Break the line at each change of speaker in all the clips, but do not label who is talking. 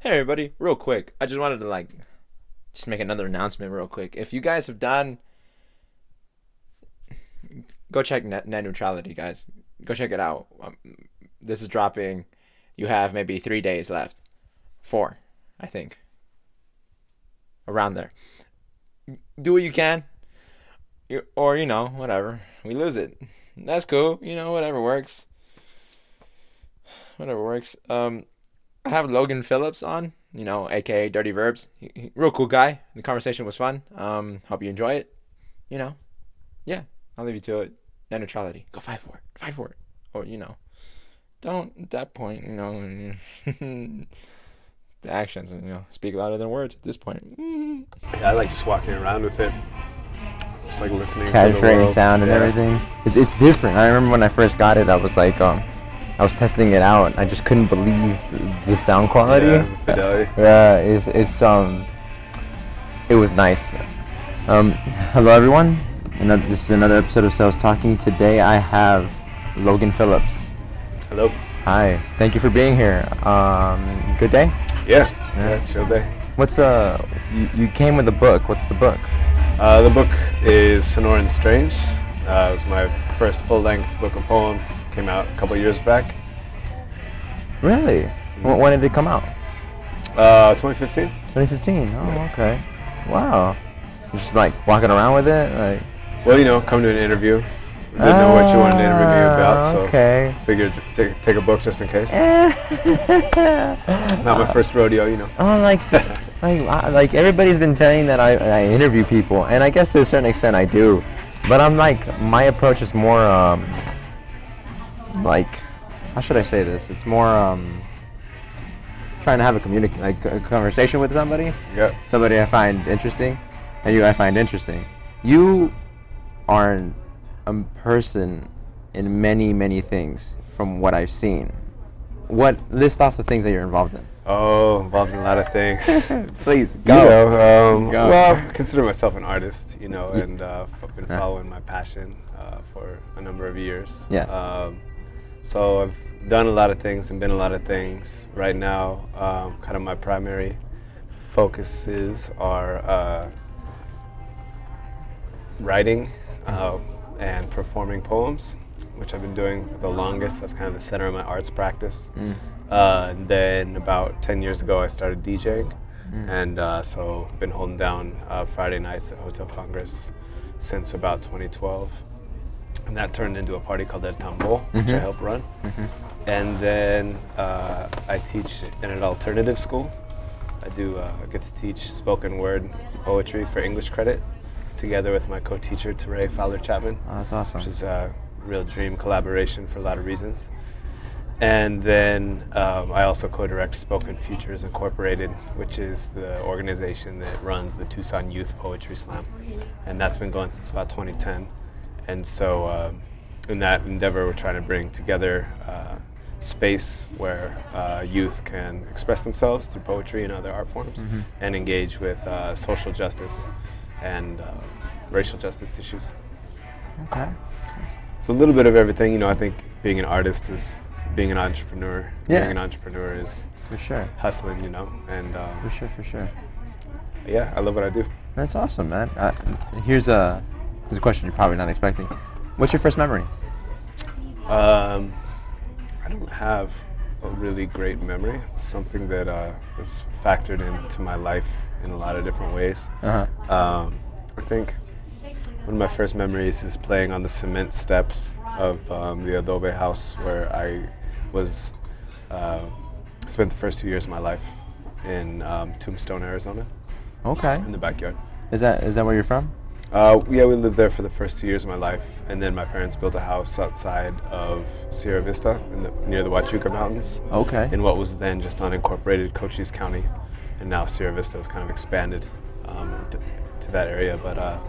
Hey everybody, real quick. I just wanted to like just make another announcement real quick. If you guys have done go check net, net neutrality, guys. Go check it out. Um, this is dropping. You have maybe 3 days left. 4, I think. Around there. Do what you can. You- Or you know, whatever. We lose it. That's cool. You know, whatever works. Whatever works. Um I have Logan Phillips on, you know, aka Dirty Verbs. He- he- real cool guy. The conversation was fun. Um, hope you enjoy it. You know, yeah, I'll leave you to it. Net neutrality. Go fight for it. Fight for it. Or you know, don't at that point. You know, the actions. You know, speak louder than words at this point.
Mm. I like just walking around with it, just like listening to the
capturing
world.
sound and
Yeah.
everything. It's, it's different. I remember when I first got it, I was like, um, I was testing it out. I just couldn't believe the sound quality.
Yeah, the fidelity.
Yeah, it's, it's um, it was nice. Um, hello everyone. Another, this is another episode of Sales Talking. Today I have Logan Phillips.
Hello.
Hi. Thank you for being here. Um, good day.
Yeah. Yeah. Chill day.
What's uh, you, you came with a book. What's the book?
Uh, the book is Sonoran Strange. Uh, it was my first full-length book of poems. Came out a couple years back,
Really? When, when did it come out?
uh, 2015.
2015. Oh, okay. Wow. You're just like walking around with it, like.
Well, you know, come to an interview. Didn't know what you wanted to interview me about,
Ah,
so
Okay.
figured take, take a book just in case. Not my first rodeo, you know.
Oh, like, like, I- like everybody's been telling that I, I interview people, and I guess to a certain extent I do, but I'm like, my approach is more, um, like, how should I say this? It's more, um, trying to have a communic like a conversation with somebody.
Yeah.
somebody I find interesting, and you I find interesting. You are an, a person in many, many things from what I've seen. What list off the things that you're involved in?
Oh, involved in a lot of things.
Please
You know, um,
Go.
well, I consider myself an artist, you know, and uh, I've been
Yeah.
following my passion uh, for a number of years.
Yes.
Um, so I've done a lot of things and been a lot of things. Right now, um, kind of my primary focuses are uh, writing uh, and performing poems, which I've been doing the longest. That's kind of the center of my arts practice. Uh, and then about 10 years ago, I started DJing. And uh, so been holding down uh, Friday nights at Hotel Congress since about 2012. And that turned into a party called El Tambor, which I help run. And then uh, I teach in an alternative school. I do uh, get to teach spoken word poetry for English credit together with my co-teacher Teray Fowler Chapman,
Oh, that's awesome.
which is a real dream collaboration for a lot of reasons. And then um, I also co-direct Spoken Futures Incorporated, which is the organization that runs the Tucson Youth Poetry Slam, and that's been going since about 2010. And so, um, in that endeavor, we're trying to bring together uh, space where uh, youth can express themselves through poetry and other art forms, and engage with uh, social justice and uh, racial justice issues.
Okay.
So a little bit of everything, you know. I think being an artist is being an entrepreneur.
Yeah.
Being an entrepreneur is
For sure.
hustling, you know. And
For
um,
sure. For sure.
yeah, I love what I do.
That's awesome, man. Uh, here's a here's a question you're probably not expecting. What's your first memory?
Um, I don't have a really great memory. It's something that uh, is factored into my life in a lot of different ways.
Uh huh.
Um, I think one of my first memories is playing on the cement steps of um, the adobe house where I was uh, spent the first two years of my life in um, Tombstone, Arizona,
Okay.
in the backyard.
Is that is that where you're from?
Uh, yeah, we lived there for the first two years of my life, and then my parents built a house outside of Sierra Vista in the, near the Huachuca Mountains
Okay.
in what was then just unincorporated Cochise County, and now Sierra Vista has kind of expanded um, to, to that area. But uh,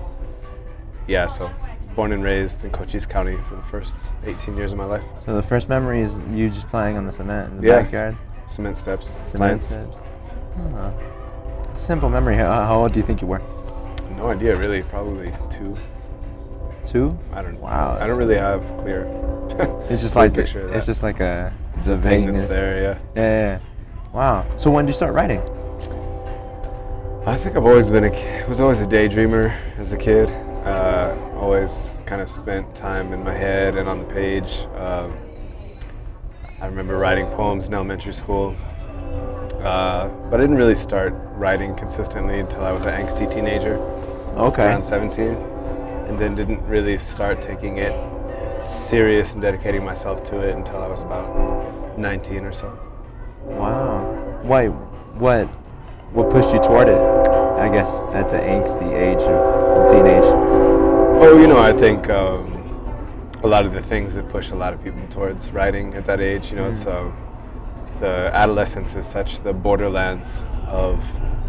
yeah, so born and raised in Cochise County for the first 18 years of my life.
So the first memory is you just playing on the cement in the
Yeah.
backyard.
Cement steps,
Cement
plants.
steps. Huh. Simple memory. How, how old do you think you were?
No idea, really. Probably two.
Two.
I don't.
Wow,
I
that's-
don't really have clear.
It's just
clear
like
picture of
it's
that.
just like a
the thing that's there. Yeah.
Yeah, yeah, yeah. Wow. So when did you start writing?
I think I've always been a ki- was always a daydreamer as a kid. Uh, always kind of spent time in my head and on the page. Um, I remember writing poems in elementary school, uh, but I didn't really start writing consistently until I was an angsty teenager,
Okay.
around 17, and then didn't really start taking it serious and dedicating myself to it until I was about 19 or so.
Wow. Why? What? What pushed you toward it? I guess at the angsty age of teenage.
Oh, you know, I think um, a lot of the things that push a lot of people towards writing at that age, you know, it's
Mm.
um, the adolescence is such the borderlands of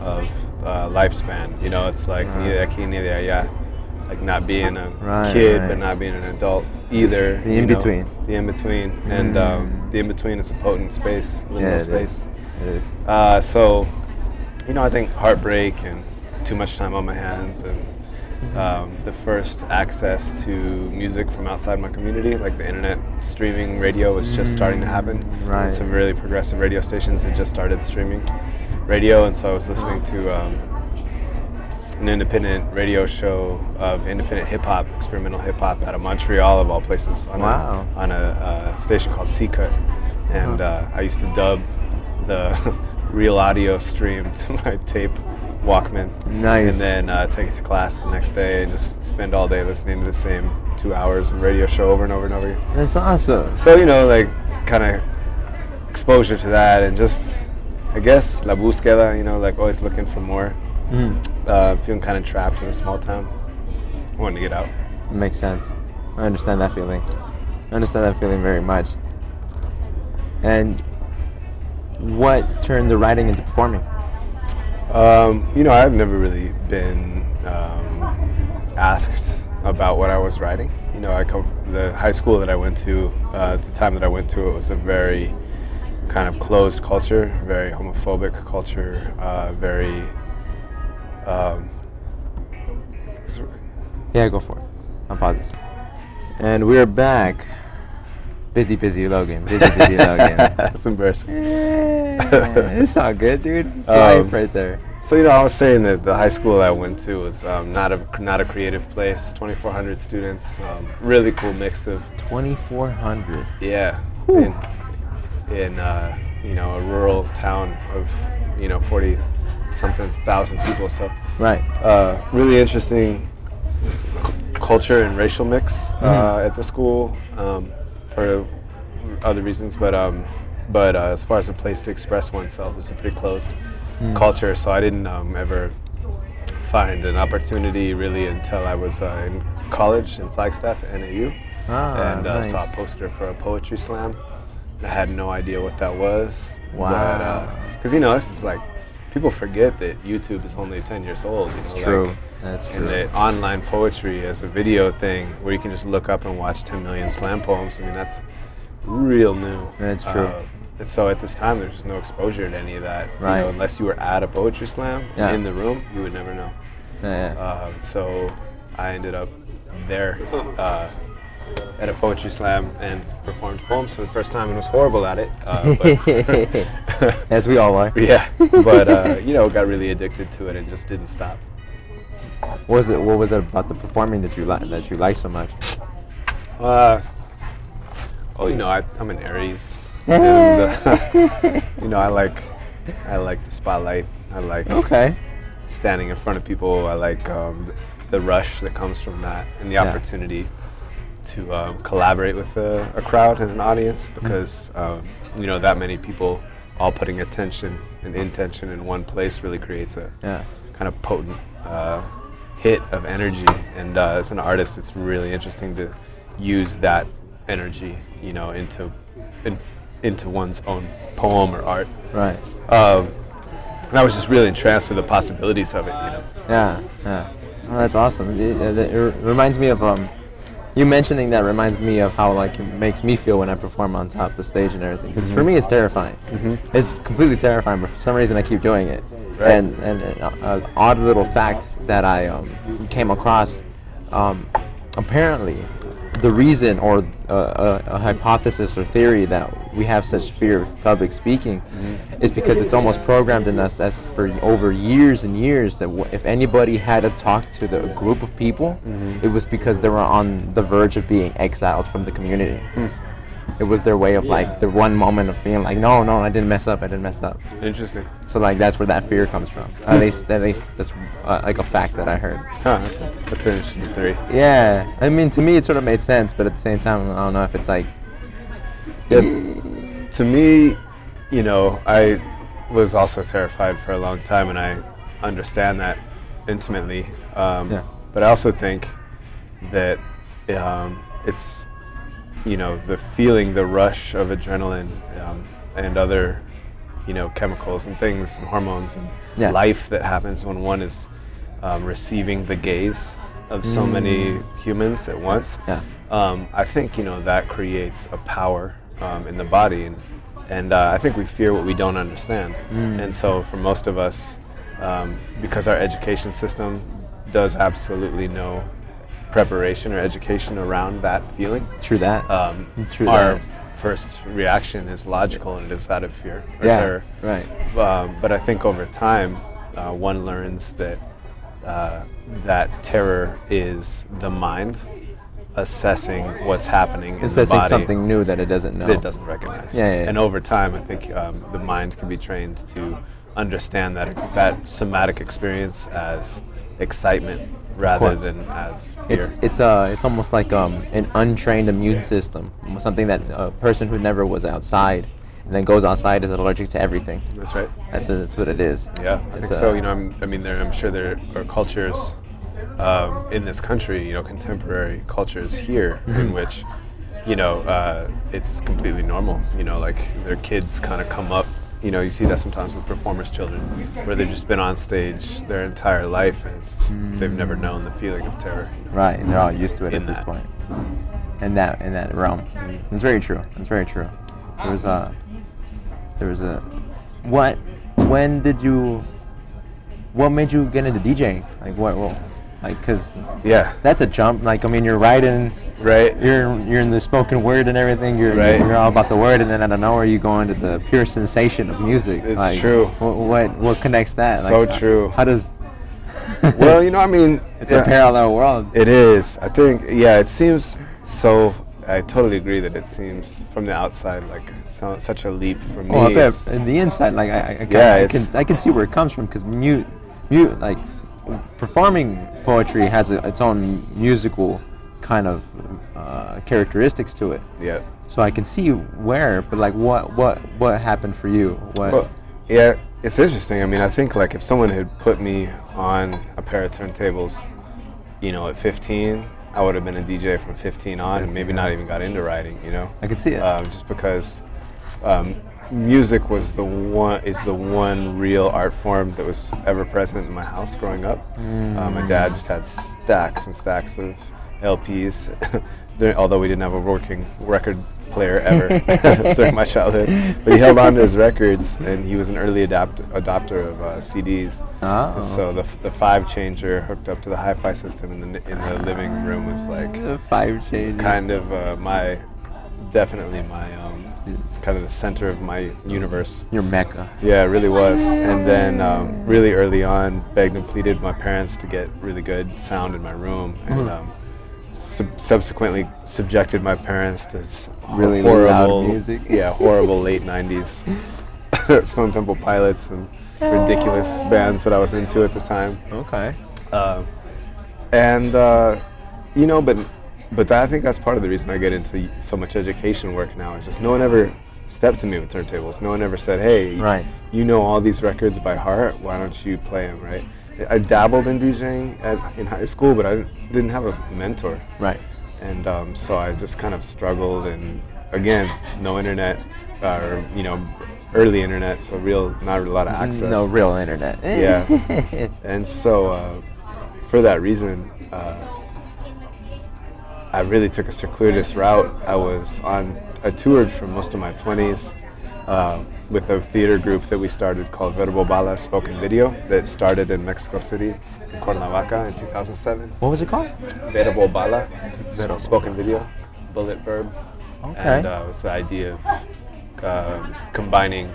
of uh, lifespan. You know, it's like
Right.
neither aquí neither allá, like not being a
Right,
kid
right.
but not being an adult either.
The
you know,
in-between. Mm.
the in between, and um, the in between is a potent space, liminal
Yeah, it
space.
is. It is.
Uh, so, you know, I think heartbreak and too much time on my hands
Mm-hmm.
and um, the first access to music from outside my community, like the internet streaming radio was just starting to happen.
right.
And some really progressive radio stations had just started streaming radio, and so I was listening to um, an independent radio show of independent hip hop, experimental hip hop out of Montreal, of all places, on
Wow.
a, on a uh, station called Seacut. And uh, I used to dub the real audio stream to my tape Walkman.
Nice.
And then uh, take it to class the next day and just spend all day listening to the same two hours of radio show over and over and over again.
That's awesome.
So, you know, like kind of exposure to that and just, I guess, la búsqueda, you know, like always looking for more
Hmm.
uh, feeling kind of trapped in a small town, wanting to get out.
Makes sense. I understand that feeling. I understand that feeling very much. And what turned the writing into performing?
Um, you know, I've never really been um, asked about what I was writing. You know, I come the high school that I went to. Uh, at the time that I went to, it was a very kind of closed culture, very homophobic culture, uh, very. Um,
Yeah, go for it. I'll pause this. And we're back. Busy, busy Logan. Busy, busy Logan.
that's embarrassing.
Yeah, it's all good, dude. It's life
Um,
right there.
So you know, I was saying that the high school I went to was um, not a not a creative place. 2,400 students, um, really cool mix of
2400.
yeah, in, in uh, you know a rural town of you know 40 something thousand people. So
Right.
uh, really interesting c- culture and racial mix uh, at the school um, for other reasons, but um, but uh, as far as a place to express oneself, it's a pretty closed culture. So I didn't um, ever find an opportunity really until I was uh, in college in Flagstaff, NAU,
Ah,
and uh, saw a
nice.
poster for a poetry slam. I had no idea what that was.
Wow.
Because you know, this is like people forget that YouTube is only 10 years old. you know, like,
That's true.
and that online poetry as a video thing where you can just look up and watch 10 million slam poems. I mean, that's real new. Uh,
That's true.
and so at this time, there's just no exposure to any of that. you know,
Right.
unless you were at a poetry slam
Yeah.
in the room, you would never know.
Yeah, yeah.
Um, so I ended up there uh, at a poetry slam and performed poems for the first time and was horrible at it. Uh, but
As we all are.
yeah, but uh, you know, got really addicted to it and just didn't stop.
What was it? What was it about the performing that you like that you like so much?
Uh, oh, you know, I, I'm an Aries, and uh, you know, I like, I like the spotlight. I like
Okay.
standing in front of people. I like um, the rush that comes from that and the
Yeah.
opportunity to um, collaborate with a, a crowd and an audience
Mm.
because um, you know that many people all putting attention and intention in one place really creates a
Yeah.
kind of potent uh, hit of energy. And uh, as an artist, it's really interesting to use that energy, you know, into in, into one's own poem or art.
Right.
Um, and I was just really entranced with the possibilities of it, you know.
Yeah. Yeah. Oh, that's awesome. It, it, it r- reminds me of um, you mentioning that reminds me of how like it makes me feel when I perform on top of the stage and everything. Because for me, it's terrifying. It's completely terrifying, but for some reason, I keep doing it.
Right.
And and an odd little fact that I um, came across. Um, apparently, the reason or uh, a, a hypothesis or theory that we have such fear of public speaking is because it's almost programmed in us as for over years and years that w- if anybody had to talk to the group of people, it was because they were on the verge of being exiled from the community. It was their way of like the one moment of being like, no, no, I didn't mess up, I didn't mess up.
Interesting.
So like that's where that fear comes from. Uh, At least, at least that's uh, like a fact that I heard.
Huh, that's, that's an interesting theory.
Yeah, I mean, to me, it sort of made sense, but at the same time, I don't know if it's like,
to me, you know, I was also terrified for a long time, and I understand that intimately. Um,
Yeah.
But I also think that um, it's, you know, the feeling, the rush of adrenaline um, and other, you know, chemicals and things and hormones and
Yeah.
life that happens when one is um, receiving the gaze of so many
Mm.
humans at once
yeah,
um, I think you know that creates a power um, in the body, and and uh, I think we fear what we don't understand.
Mm.
And so for most of us, um, because our education system does absolutely no preparation or education around that feeling,
true that.
um,
True
our
that.
first reaction is logical and it is that of fear or
yeah,
terror.
right.
Um, but I think over time, uh, one learns that uh, that terror is the mind assessing what's happening in the
Assessing
body
something new that it doesn't know.
that it doesn't recognize.
Yeah, yeah, yeah.
And over time, I think um, the mind can be trained to understand that that somatic experience as excitement rather
course.
than as fear.
It's it's uh it's almost like um an untrained immune system, something that a person who never was outside and then goes outside is allergic to everything.
That's right.
That's that's what it is.
Yeah, I
It's,
think
uh,
so. You know, I'm, I mean, there, I'm sure there are cultures um, in this country, you know, contemporary cultures here
Mm-hmm.
in which, you know, uh, it's completely normal. You know, like their kids kind of come up. You know, you see that sometimes with performers' children, where they've just been on stage their entire life and it's, they've
Mm.
never known the feeling of terror.
Right, they're all used to it
In
at this
that.
point. In that in that realm, it's very true. It's very true. There was a, there was a, what, when did you, what made you get into DJing? Like what, what like cause
Yeah,
that's a jump. Like I mean, you're writing,
right.
you're you're in the spoken word and everything. You're
Right.
you're all about the word, and then out of nowhere you go into the pure sensation of music.
It's
Like,
true.
What, what what connects that? uh,
So true.
How does?
well, you know, I mean,
it's
yeah.
a parallel world.
It is. I think. Yeah. It seems so. I totally agree that it seems from the outside like so, such a leap for me.
Well, Oh, I bet
It's-
in the inside, like I, I, I, can-
Yeah,
I
it's-
can, I can see where it comes from because mute, mute, like performing poetry has a, its own musical kind of uh, characteristics to it.
yeah.
So I can see where, but like, what, what, what happened for you? What?
Well, yeah, it's interesting. I mean, I think like if someone had put me on a pair of turntables, you know, at 15, I would have been a DJ from 15 on, and maybe not even got into writing. You know.
I can see it.
Um, just because um, music was the one is the one real art form that was ever present in my house growing up. Uh, my dad just had stacks and stacks of LPs, during, although we didn't have a working record player ever during my childhood. But he held on to his records, and he was an early adopt- adopter of uh, CDs. And
oh,
so the, the five changer hooked up to the hi-fi system in the in the living room was like
five shades.
kind of uh, my definitely my um, kind of the center of my universe
Your mecca.
yeah it really was and then um, really early on begged and pleaded my parents to get really good sound in my room
Hmm.
and um, sub- subsequently subjected my parents to s-
Really
horrible
loud music.
yeah horrible late 90s stone temple pilots and ridiculous bands that i was into at the time
Okay.
uh, and uh, you know, but but I think that's part of the reason I get into so much education work now. Is just no one ever stepped to me with turntables. No one ever said, "Hey,
Right.
you know all these records by heart. Why don't you play them?" Right? I dabbled in DJing at, in high school, but I didn't have a mentor,
Right.
and um, so I just kind of struggled. And again, no internet, uh, or you know, early internet, so real not a lot of access.
No real internet.
Yeah. And so, uh, for that reason, uh, I really took a circuitous route. I was on, I toured for most of my 20s, uh, with a theater group that we started called Verbal Bala Spoken Video that started in Mexico City, in Cuernavaca in 2007.
What was it called?
Verbal Bala, spoken video, bullet verb.
Okay.
And uh, it was the idea of um, combining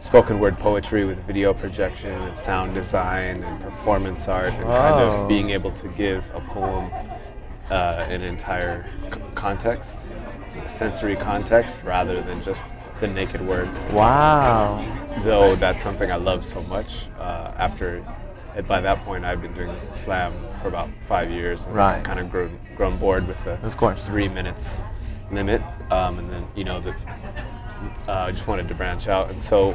spoken word poetry with video projection and sound design and performance art and kind
Wow.
of being able to give a poem uh, an entire c- context, a sensory context, rather than just the naked word
Wow.
though that's something I love so much. Uh, after, and by that point, I've been doing slam for about five years, and
Right.
kind of grown, grown bored with the
Of course.
three minutes limit, um, and then you know the. uh, I just wanted to branch out, and so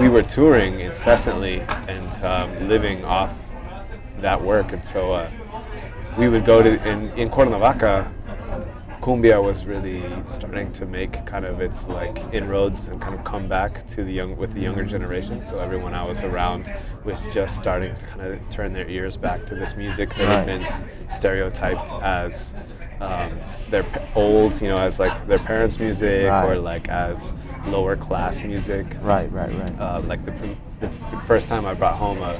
we were touring incessantly and um, living off that work, and so uh, we would go to in, in Cuernavaca cumbia was really starting to make kind of its like inroads and kind of come back to the young with the younger generation so everyone i was around was just starting to kind of turn their ears back to this music that
Right.
had been s- stereotyped as um, their p- old you know as like their parents music or
Right.
like as lower class music
Right, right, right.
uh, like the, pr- the f- first time I brought home a,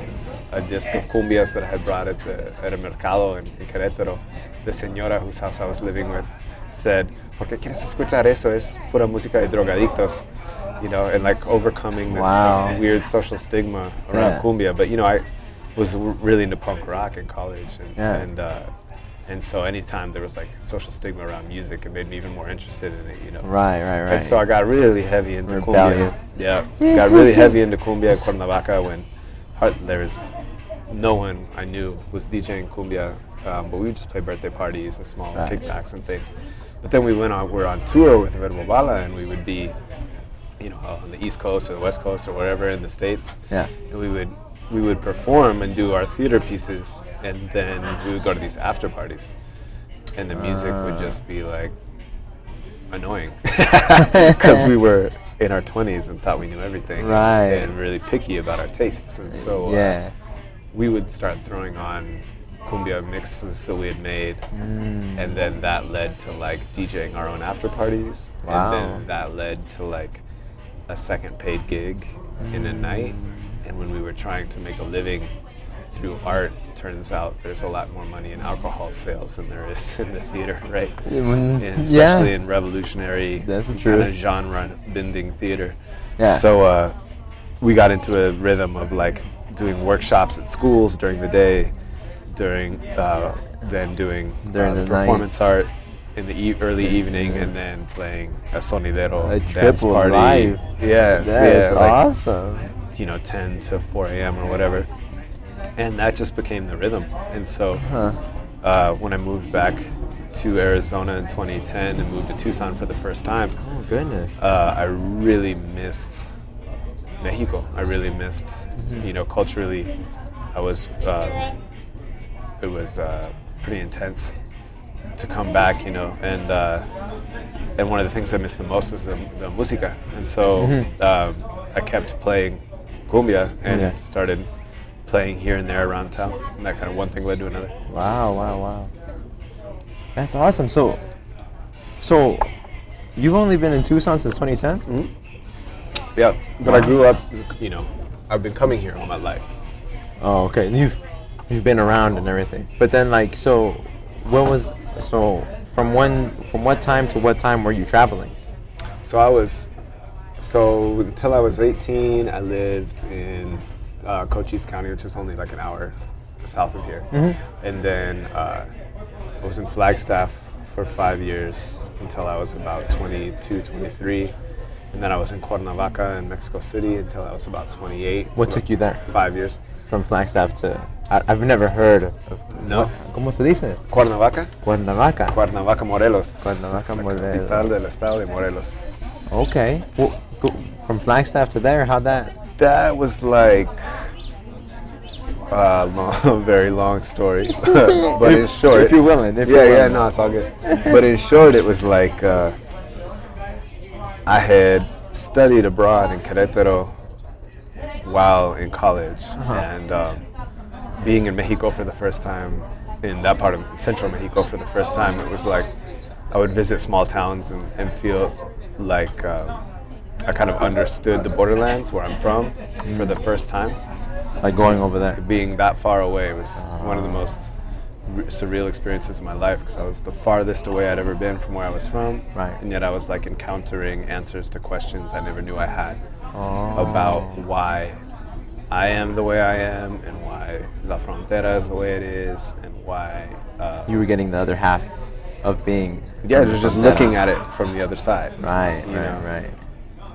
a disc of cumbias that I had brought at the at a mercado in, in Querétaro, the señora whose house I was living with said, "¿Por qué quieres escuchar eso? Es pura música de drogadictos." You know, and like overcoming this
Wow.
weird social stigma around
Yeah.
cumbia. But you know, I was w- really into punk rock in college, and
Yeah.
and, uh, and so anytime there was like social stigma around music, it made me even more interested in it. You know,
right, right, right.
and so I got really heavy into
Rebellious.
cumbia. Yeah, got really heavy into cumbia at Cuernavaca when hard, there was no one I knew was DJing cumbia, um, but we would just play birthday parties and small
Right.
kickbacks and things. But then we went on, we were on tour with Verbo Bala and we would be, you know, on the East Coast or the West Coast or wherever in the States
yeah.
and we would we would perform and do our theater pieces and then we would go to these after parties and the music would
Ah.
just be like annoying because we were in our 20s and thought we knew everything
Right.
and really picky about our tastes and so uh,
Yeah.
we would start throwing on cumbia mixes that we had made
Mm.
and then that led to like djing our own after parties
Wow.
and then that led to like a second paid gig in a night and when we were trying to make a living through art turns out there's a lot more money in alcohol sales than there is in the theater right
Mm,
and
yeah.
especially in revolutionary
That's the
kind of
truth.
genre bending theater
Yeah.
so uh, we got into a rhythm of like doing workshops at schools during the day, during uh, then doing
During
uh,
the night.
performance art in the e- early evening, and then playing a sonidero
A
dance
triple
party.
life.
Yeah,
That's
yeah, like,
awesome.
you know, 10 to 4 a.m. or whatever, and that just became the rhythm. And so
Huh.
uh, when I moved back to Arizona in 2010 and moved to Tucson for the first time
Oh goodness.
uh, I really missed Mexico. I really missed, you know, culturally. I was, um, it was uh, pretty intense to come back, you know, and uh, and one of the things I missed the most was the, the música, and so um, I kept playing cumbia and
Yeah.
started playing here and there around town, and that kind of one thing led to another.
Wow, wow, wow. That's awesome. So, so you've only been in Tucson since 2010.
Yeah, but I grew up, you know, I've been coming here all my life.
Oh, okay. You've you've been around and everything. But then, like, so when was so from when from what time to what time were you traveling?
So I was, so until I was 18, I lived in uh, Cochise County, which is only like an hour south of here. And then uh, I was in Flagstaff for five years until I was about 22, 23. And then I was in Cuernavaca in Mexico City until I was about 28.
What took you there
Five years.
from Flagstaff to? I, I've never heard of.
No.
¿Cómo se dice?
Cuernavaca?
Cuernavaca.
Cuernavaca, Morelos.
Cuernavaca,
La
Morelos.
Capital del estado de Morelos.
Okay. Well, go, from Flagstaff to there, how that?
That was like a long, very long story, but in short,
if you're willing, if
yeah,
you're
yeah,
willing.
no, it's all good. but in short, it was like uh, I had studied abroad in Querétaro while in college,
Uh-huh.
and um, being in Mexico for the first time, in that part of central Mexico for the first time, it was like I would visit small towns and, and feel like. Um, I kind of understood the borderlands where I'm from for the first time.
Like going over there.
Being that far away was one of the most r- surreal experiences of my life because I was the farthest away I'd ever been from where I was from.
Right.
And yet I was like encountering answers to questions I never knew I had
Oh.
about why I am the way I am and why La Frontera is the way it is and why. Uh,
You were getting the other half of being.
yeah,
from
just,
the
just
frontera.
looking at it from the other side.
Right,
you
right,
know.
right.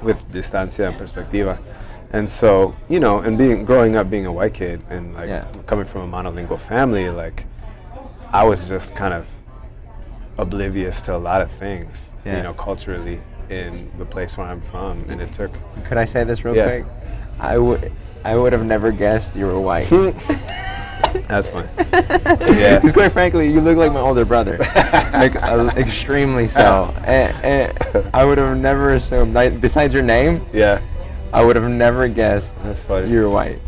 with distancia and perspectiva. And so, you know, and being growing up being a white kid and like
Yeah.
coming from a monolingual family, like I was just kind of oblivious to a lot of things,
Yeah.
you know, culturally in the place where I'm from. And it took
Could I say this real
Yeah.
quick? I would. I would have never guessed you were white.
that's fun. yeah.
Because quite frankly, you look like my older brother. like uh, extremely so. And, and I would have never assumed. Like, besides your name,
Yeah.
I would have never guessed
That's funny.
you were white.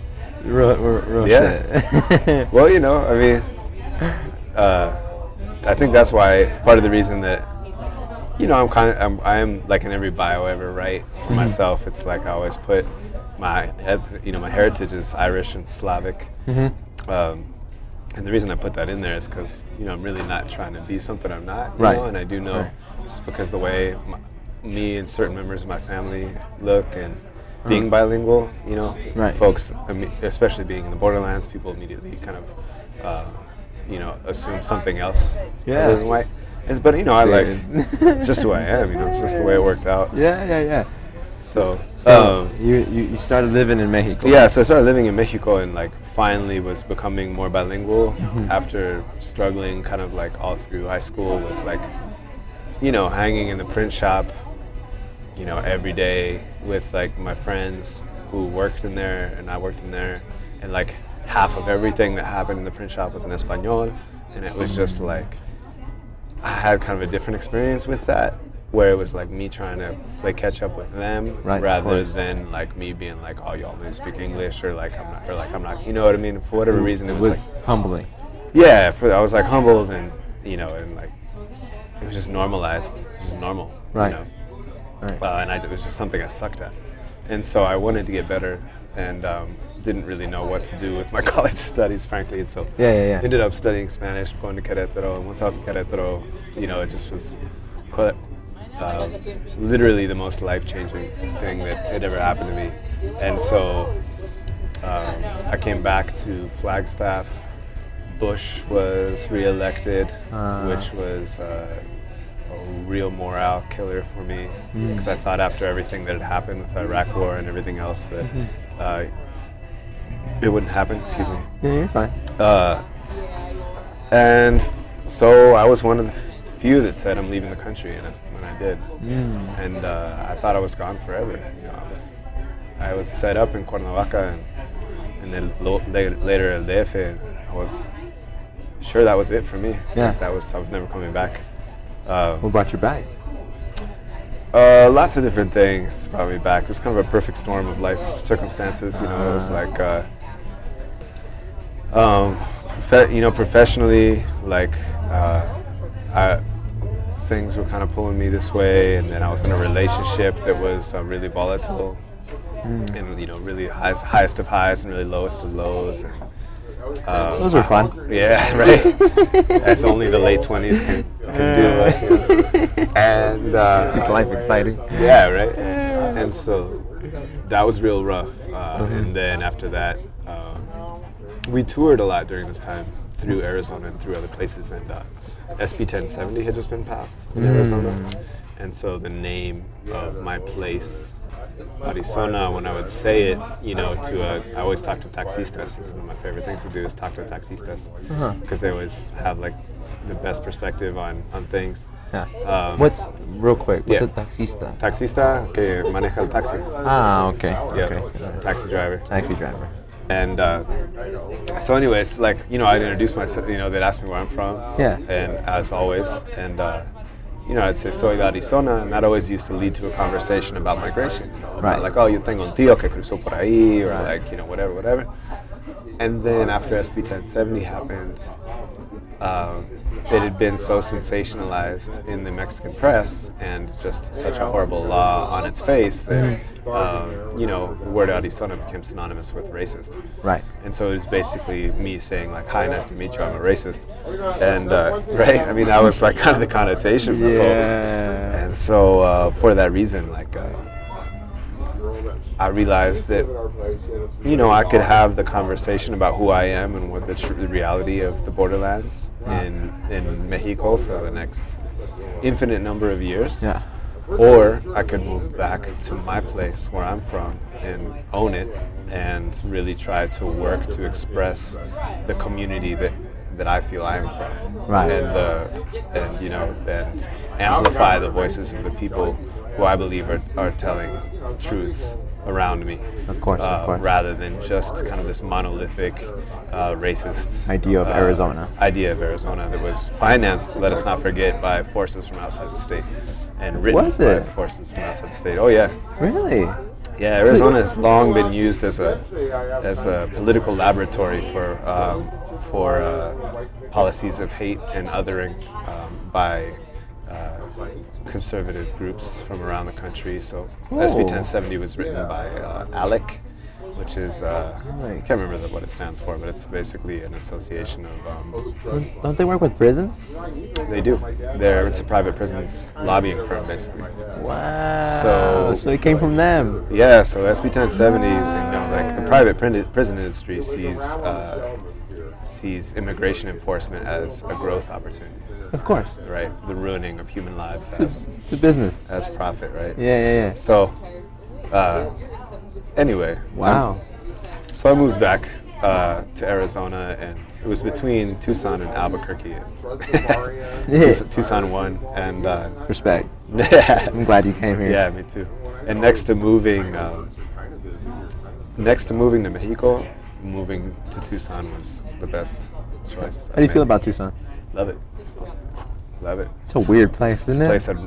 Real, real, real
Yeah.
shit.
Well, you know, I mean, uh, I think that's why part of the reason that you know I'm kind of I'm, I am like in every bio I ever write for myself. It's like I always put my eth- you know my heritage is Irish and Slavic,
Mm-hmm.
um, and the reason I put that in there is because you know I'm really not trying to be something I'm not. You
Right.
Know? And I do know
Right.
just because the way my, me and certain members of my family look and. Being bilingual, you know,
Mm. Right.
folks, imme- especially being in the borderlands, people immediately kind of, uh, you know, assume something else.
Yeah.
Other than white. It's, but you know, I like it's just who I am. You know, it's just the way it worked out.
yeah, yeah, yeah.
So,
So
um,
you, you you started living in Mexico.
yeah. So I started living in Mexico and like finally was becoming more bilingual
Mm-hmm.
after struggling kind of like all through high school with like, you know, hanging in the print shop, you know, every day with like my friends who worked in there and I worked in there, and like half of everything that happened in the print shop was in Espanol, and it
Mm-hmm.
was just like. I had kind of a different experience with that, where it was like me trying to play catch up with them
Right, of
rather
course.
than like me being like, oh, y'all only speak English or like I'm not, or like I'm not, you know what I mean? For whatever reason, it
Mm-hmm. It
was,
was humbling.
like, yeah, for, I was like humbled and you know, and like it was just normalized, just normal,
Right.
You know?
Right.
Well, Uh, and I, it was just something I sucked at, and so I wanted to get better and um, didn't really know what to do with my college studies, frankly, and so
Yeah, yeah, yeah.
ended up studying Spanish, going to Querétaro, and once I was in Querétaro, you know, it just was quite, um, literally the most life-changing thing that had ever happened to me. And so um, I came back to Flagstaff. Bush was reelected,
Ah.
which was uh, a real morale killer for me because I thought after everything that had happened with the Iraq War and everything else that uh, it wouldn't happen. Excuse me.
Yeah, you're fine.
Uh, and so I was one of the few that said I'm leaving the country, and I, when I did, and uh, I thought I was gone forever. You know, I was I was set up in Cuernavaca, and, and then lo- later, later El DF, and I was sure that was it for me.
Yeah.
that was I was never coming back. Um,
What brought you back?
uh, lots of different things brought me back. It was kind of a perfect storm of life circumstances. You know, it was like, uh, um, profe- you know, professionally, like, uh, I, things were kind of pulling me this way, and then I was in a relationship that was uh, really volatile, and you know, really highs, highest of highs and really lowest of lows. And, um,
Those were fun.
yeah, right. That's only the late twenties can, can do. uh, Us. And uh,
Makes life exciting.
yeah, right. And so that was real rough. Uh, And then after that, uh, we toured a lot during this time through Arizona and through other places. And uh, SB 1070 had just been passed in
Mm.
Arizona. And so the name of my place, Arizona, when I would say it, you know, to a, I always talk to taxistas. It's one of my favorite things to do is talk to taxistas
Uh-huh.
because they always have like the best perspective on, on things.
Yeah.
Um,
What's real quick? What's
yeah.
a taxista?
Taxista que maneja el taxi.
ah, okay.
Yeah,
Okay.
taxi driver.
Taxi driver.
And uh, so, anyways, like you know, I'd introduce myself. You know, they'd ask me where I'm from.
Yeah.
And as always, and uh, you know, I'd say soy de Arizona, and that always used to lead to a conversation about migration. You know, about
Right.
Like, oh, you tengo un tío que cruzó por ahí, or
Right.
like you know, whatever, whatever. And then after SB 1070 happened, um, it had been so sensationalized in the Mexican press and just such a horrible law on its face that, um, you know, the word Arizona became synonymous with racist.
Right.
And so it was basically me saying, like, hi, nice to meet you, I'm a racist. And, uh, right? I mean, that was like kind of the connotation for folks.
Yeah.
And so uh, for that reason, like, uh, I realized that you know, I could have the conversation about who I am and what the tr- the reality of the borderlands in in Mexico for the next infinite number of years.
Yeah.
Or I could move back to my place where I'm from and own it and really try to work to express the community that that I feel I am from.
Right.
And the and you know and amplify the voices of the people who I believe are, are telling truths around me
Of course, of
uh,
course.
rather than just kind of this monolithic uh, racist
Idea of
uh,
Arizona.
idea of Arizona that was financed, let us not forget, by forces from outside the state and written
Was
by
it?
forces from outside the state. Oh yeah,
Really?
yeah. Arizona has long been used as a as a political laboratory for um, for uh, policies of hate and othering um, by. Uh, conservative groups from around the country. So SB
Cool.
1070 was written by uh, ALEC, which is uh, I
ALEC.
can't remember the, what it stands for, but it's basically an association of um,
Don't, don't they work with prisons?
they do. They're it's a private prisons lobbying firm, basically.
Wow.
So-
so it came from them.
Yeah. So SB 1070, you know, like the private prin- prison industry sees uh, sees immigration enforcement as a growth opportunity,
Of course.
right? The ruining of human lives
It's
as
a, it's a business.
as profit, right?
Yeah, yeah, yeah.
So, uh, anyway. I'm-
Wow.
So I moved back uh, to Arizona, and it was between Tucson and Albuquerque. Tucson, Tucson won, and uh,
Respect. I'm
yeah,
glad you came here.
me too. And next to moving, um, next to moving to Mexico, moving to Tucson was the best choice.
How do you feel about Tucson?
Love it, love it.
It's a weird place, isn't it?
place I'd,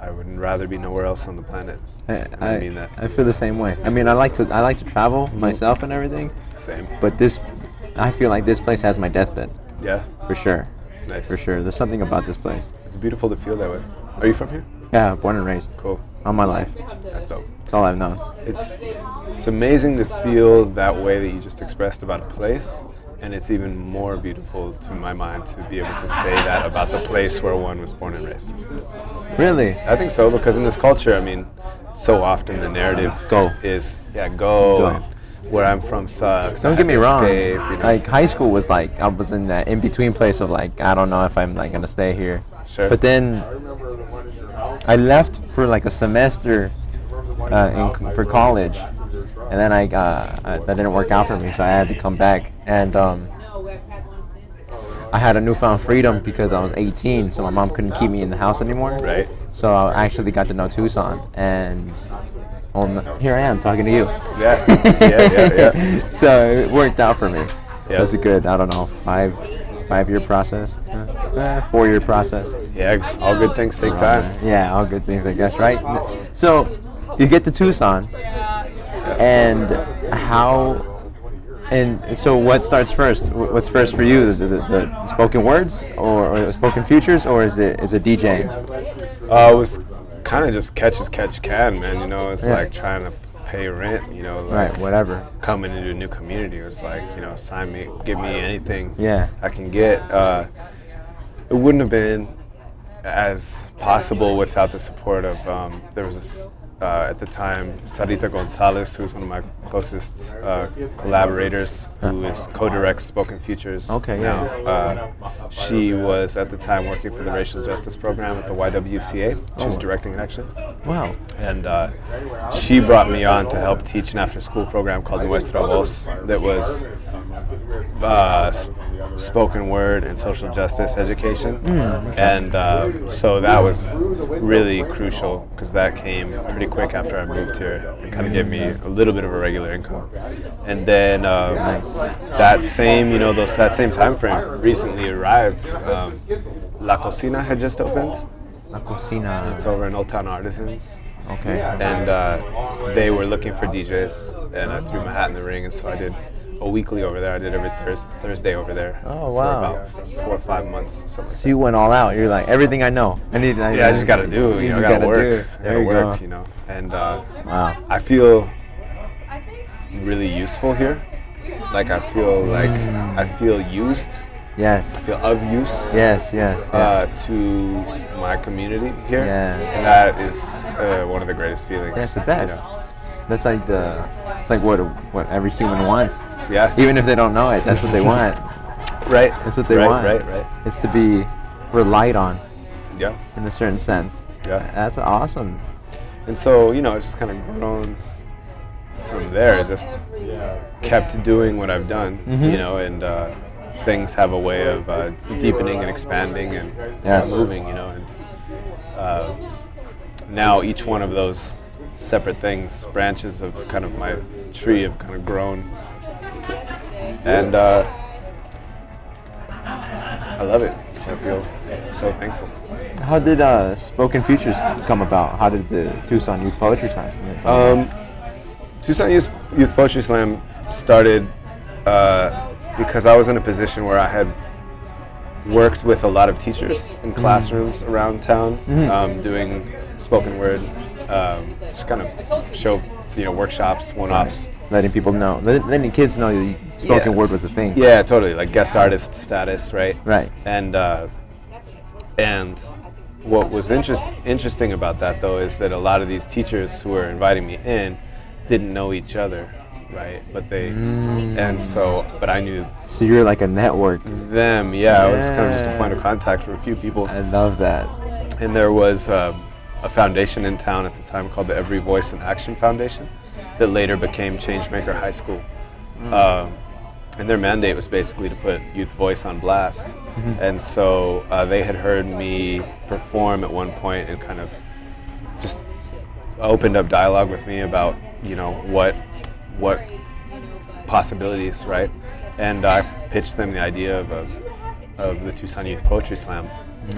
I would rather be nowhere else on the planet.
I,
I
I,
mean that.
I feel the same way. I mean, I like to I like to travel myself and everything,
Same.
but this I feel like this place has my deathbed
Yeah,
for sure.
nice.
For sure, there's something about this place.
It's beautiful to feel that way. Are you from here?
Yeah, born and raised.
Cool.
All my life.
That's dope.
It's all I've known.
It's it's amazing to feel that way that you just expressed about a place, and it's even more beautiful to my mind to be able to say that about the place where one was born and raised.
Really?
I think so because in this culture, I mean, so often the narrative
Go.
is yeah go,
Go.
and where I'm from sucks. I
Don't get
have
me
to
wrong.
escape, you know.
Like high school was like I was in that in between place of like I don't know if I'm like gonna stay here.
Sure.
But then I left for like a semester uh, in, for college, and then I, uh, I that didn't work out for me, so I had to come back. And um, I had a newfound freedom because I was 18, so my mom couldn't keep me in the house anymore.
Right.
So I actually got to know Tucson, and on, here I am talking to you.
yeah, yeah, yeah, yeah.
so it worked out for me.
Yeah.
It was a good, I don't know, five five year process, Uh, uh, four year process. Uh,
Yeah, all good things take time.
Yeah, all good things, I guess, right? So you get to Tucson, and how? And so, what starts first? Wh- What's first for you, the, the, the spoken words, or, or spoken futures, or is it is it DJing?
Uh, it was kind of just catch as catch can, man. You know, it's
Yeah.
like trying to pay rent. You know, like
Right, whatever.
coming into a new community was like, you know, sign me, give me anything
Yeah.
I can get. Uh, it wouldn't have been as possible without the support of, um, there was this, uh, at the time, Sarita Gonzalez, who was one of my closest uh, collaborators, who is co-directs Spoken Futures.
Uh-huh. Okay, yeah.
now. Uh, she was at the time working for the Racial Justice Program at the YWCA. She
Oh.
was directing it actually
Wow.
and uh, she brought me on to help teach an after-school program called Nuestra Voz that was uh, s- spoken word and social justice education, and uh, so that was really crucial because that came pretty quick after I moved here. It kind of gave me a little bit of a regular income, and then um, that same you know those that same time frame recently arrived. Um, La Cocina had just opened.
La cocina.
It's over in Old Town Artisans
Okay.
and uh, they were looking for DJs, and I threw my hat in the ring, and so I did a weekly over there. I did every Thurs Thursday over there.
Oh, wow.
For about four or five months, something like
So you went all out. You're like everything I know. I need. I,
that. Yeah, I just gotta do. You know, I
just
gotta,
gotta
work.
do.
I
There
gotta
you
work.
go.
You know, and uh,
Wow.
I feel really useful here. Like I feel like
Mm.
I feel used. I
Yes.
feel of use.
Yes. Yes.
Uh, to my community here,
Yeah.
and that is uh, one of the greatest feelings.
That's the
you
best.
know.
That's like the. It's like what what every human wants,
Yeah.
even if they don't know it. That's what they want.
Right.
That's what they
right,
want.
Right. Right.
It's to be relied on
Yeah.
in a certain sense.
Yeah.
That's awesome.
And so, you know, it's just kind of grown from there. Just kept doing what I've done, you know, and uh, things have a way of uh, deepening and expanding and uh,
Yes.
moving, you know. And uh, now each one of those separate things, branches of kind of my tree, have kind of grown. And uh, I love it. I feel so thankful.
How did uh, Spoken Futures come about? How did the Tucson Youth Poetry Slam?
Um, Tucson Youth, Youth Poetry Slam started uh, because I was in a position where I had worked with a lot of teachers in classrooms around town, um, doing spoken word, um, just kind of show, you know, workshops, one-offs.
letting people know, let- letting kids know that spoken
Yeah.
word was a thing.
Yeah, totally. Like guest artist status, right?
Right.
And uh, and what was interest, interesting about that though is that a lot of these teachers who were inviting me in didn't know each other, right? But they and so but I knew
So you're like a network.
them. Yeah, it was kind of just a
Yeah.
point of contact for a few people.
I love that.
And there was um, a foundation in town at the time called the Every Voice in Action Foundation that later became Changemaker High School. Um, and their mandate was basically to put youth voice on blast. And so uh, they had heard me perform at one point and kind of just opened up dialogue with me about, you know, what, what possibilities, right? And I pitched them the idea of a of the Tucson Youth Poetry Slam,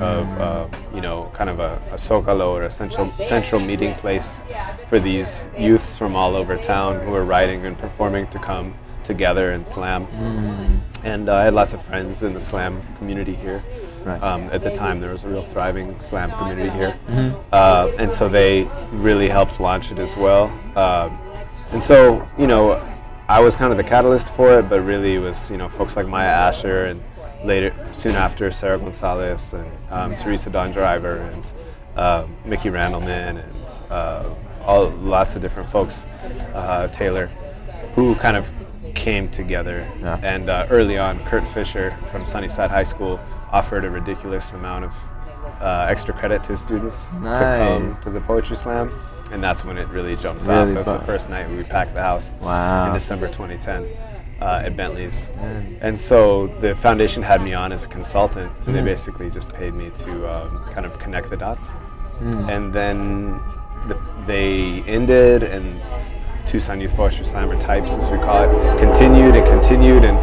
of uh, you know, kind of a, a Zocalo or a central central meeting place for these youths from all over town who are writing and performing to come together and slam. And uh, I had lots of friends in the slam community here.
Right.
Um, at the time, there was a real thriving slam community here, uh, and so they really helped launch it as well. Um and so, you know, I was kind of the catalyst for it, but really it was, you know, folks like Maya Asher and later, soon after, Sarah Gonzalez and um, Teresa Don Driver and uh, Mickey Randleman and uh, all lots of different folks, uh, Taylor, who kind of came together.
Yeah.
And uh, early on, Kurt Fisher from Sunnyside High School offered a ridiculous amount of uh, extra credit to students to come
Nice.
to the Poetry Slam. And that's when it really jumped off.
Really
That was the
fun.
first night we packed the house
Wow.
in December 2010 uh, at Bentley's. And so the foundation had me on as a consultant, and they basically just paid me to um, kind of connect the dots. And then the, they ended, and Tucson Youth Poetry Slam, or Types as we call it, continued and continued, and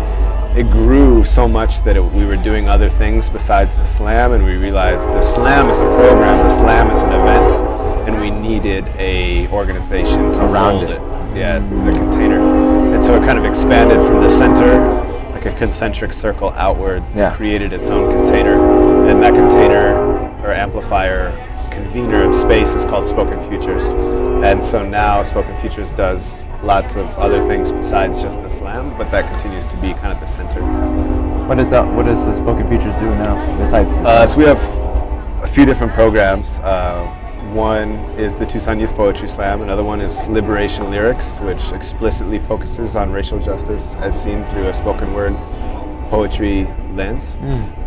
it grew so much that it, we were doing other things besides the slam, and we realized the slam is a program, the slam is an event, and we needed a organization to
Around
hold
it.
it yeah, the container. And so it kind of expanded from the center, like a concentric circle outward,
Yeah.
created its own container. And that container or amplifier convener of space is called Spoken Futures. And so now Spoken Futures does lots of other things besides just the slam, but that continues to be kind of the center.
What is that? What does the Spoken Futures do now besides this?
Uh, so we have a few different programs. Uh, one is the Tucson Youth Poetry Slam. Another one is Liberation Lyrics, which explicitly focuses on racial justice as seen through a spoken word poetry lens.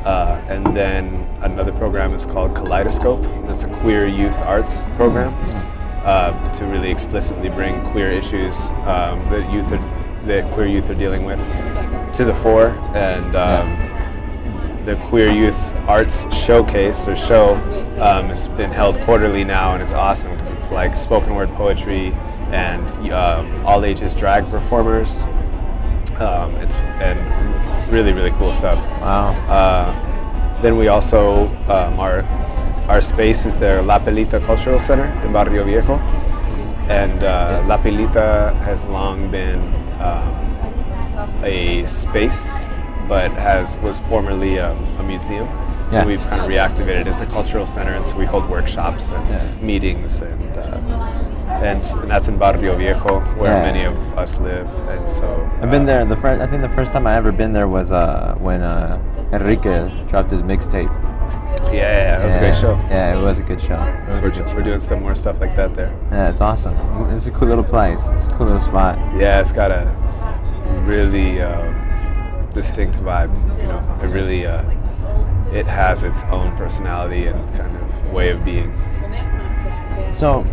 Uh, and then another program is called Kaleidoscope. and That's a queer youth arts program uh, to really explicitly bring queer issues um, that youth are, that queer youth are dealing with to the fore and. Um, the Queer Youth Arts Showcase or show um, has been held quarterly now, and it's awesome because it's like spoken word poetry and um, all ages drag performers. Um, it's and really really cool stuff.
wow.
Uh, then we also um, our our space is the La Pelita Cultural Center in Barrio Viejo, and uh, La Pelita has long been um, a space, but has was formerly um, a museum.
Yeah.
And we've kind of reactivated it as a cultural center, and so we hold workshops and
Yeah.
meetings, and, uh, and s- and that's in Barrio Viejo, where
Yeah.
many of us live, and so
I've been
uh,
there. The first, I think the first time I ever been there was uh, when uh, Enrique dropped his mixtape.
Yeah, yeah, that was
yeah.
a great show.
Yeah, it was a good show. It was
So
a
we're,
good
we're doing some more stuff like that there.
Yeah, it's awesome. It's a cool little place. It's a cool little spot.
Yeah, it's got a really um, distinct vibe. You know, it really uh, it has its own personality and kind of way of being.
So,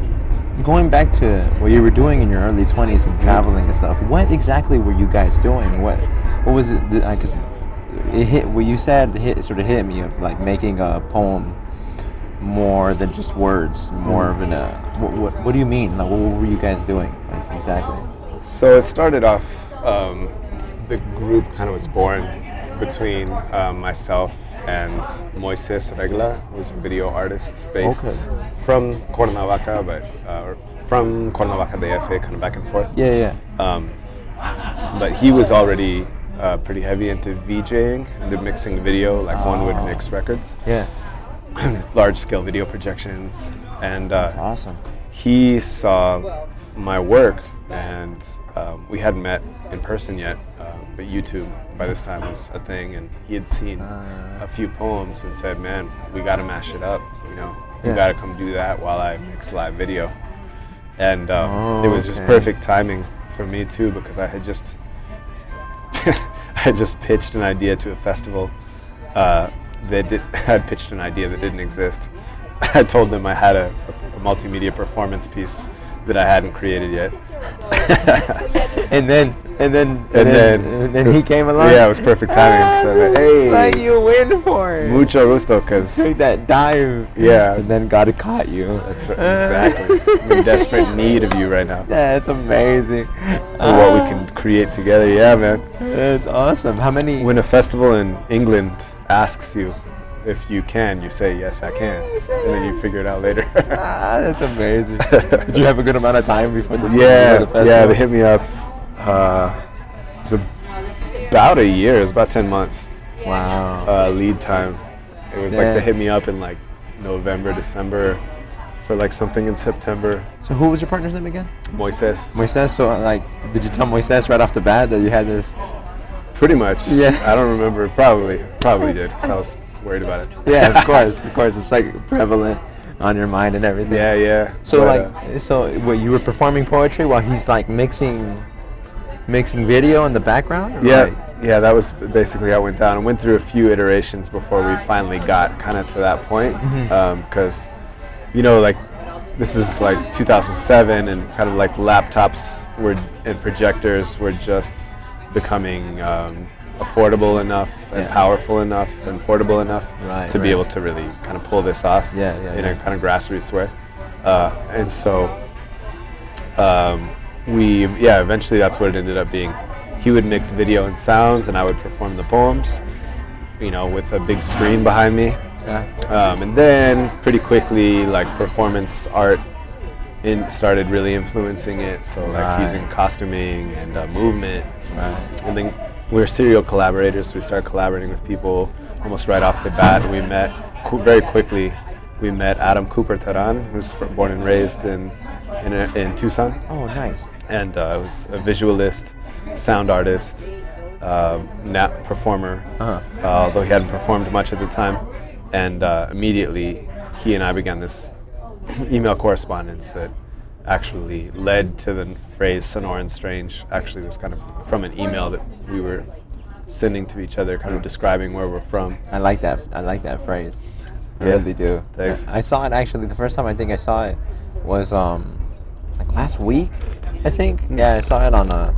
going back to what you were doing in your early 20s and traveling and stuff, what exactly were you guys doing? What what was it? Because it hit what you said hit sort of hit me of like making a poem more than just words, more of an. Uh, what, what what do you mean? Like, what were you guys doing like, exactly?
So it started off. Um, the group kind of was born between um, myself and Moises Regla, who's a video artist based
Okay.
from Cuernavaca, but uh, or from Cuernavaca DF, kind of back and forth.
Yeah, yeah.
Um, but he was already uh, pretty heavy into VJing, into mixing video, like one would mix records,
Yeah,
large scale video projections. And
that's
uh,
awesome.
he saw my work, and um, we hadn't met in person yet, uh, but YouTube by this time was a thing. And he had seen a few poems and said, Man, we gotta mash it up, you know, we
Yeah.
gotta come do that while I mix live video and um,
Oh,
it was just
okay.
perfect timing for me too because I had just I had just pitched an idea to a festival uh, that did, had pitched an idea that didn't exist. I told them I had a, a multimedia performance piece that I hadn't created yet,
And then and then and,
then-
and then he came along.
yeah, it was perfect timing. So that,
like
hey,
you win for it.
mucho gusto, because
Took that dive.
Yeah.
and then God caught you.
that's right, exactly I'm in desperate need of you right now.
That's amazing. Ah,
For what we can create together, yeah, man.
That's awesome. How many?
When a festival in England asks you if you can, you say yes, I can, and then you figure it out later.
ah, that's amazing. Did you have a good amount of time before the
yeah,
before the
yeah, they
festival?
hit me up. Uh, it's about a year. It was about ten months
Wow.
uh, lead time. It was like
Yeah.
they hit me up in like November, December, for like something in September.
so who was your partner's name again?
Moises.
Moises. So uh, like, did you tell Moises right off the bat that you had this?
Pretty much.
Yeah.
I don't remember. Probably, probably did. 'cause I was worried about it.
Yeah, of course, of course. It's like prevalent on your mind and everything.
Yeah, yeah.
So
But, uh,
like, so what you were performing poetry while he's like mixing, mixing video in the background. or,
Yeah,
like-
yeah, that was basically how it went down. I went through a few iterations before we finally got kind of to that point,
Mm-hmm.
because you know, like this is like 2007, and kind of like laptops were and projectors were just becoming um, affordable enough and
Yeah.
powerful enough and portable enough
Right,
to be
right.
able to really kind of pull this off
Yeah, yeah,
in
yeah.
a kind of grassroots way, uh, and so um, we yeah eventually that's what it ended up being he would mix video and sounds and i would perform the poems you know with a big screen behind me
yeah.
um, and then pretty quickly like performance art in, started really influencing it so like
Right.
using costuming and uh, movement
Right.
and then we're serial collaborators. We started collaborating with people almost right off the bat. We met qu- very quickly. We met Adam Cooper Taran, who's fr- born and raised in in, in Tucson,
Oh, nice.
and uh, was a visualist, sound artist, uh, nap performer.
Uh-huh.
uh, although he hadn't performed much at the time, and uh, immediately he and I began this email correspondence that actually led to the phrase "Sonoran Strange." Actually, was kind of from an email that we were sending to each other, kind of describing where we're from.
I like that. I like that phrase. I
Yeah.
really do.
Thanks.
I saw it actually. The first time I think I saw it was um like last week, I think. Yeah, I saw it on uh,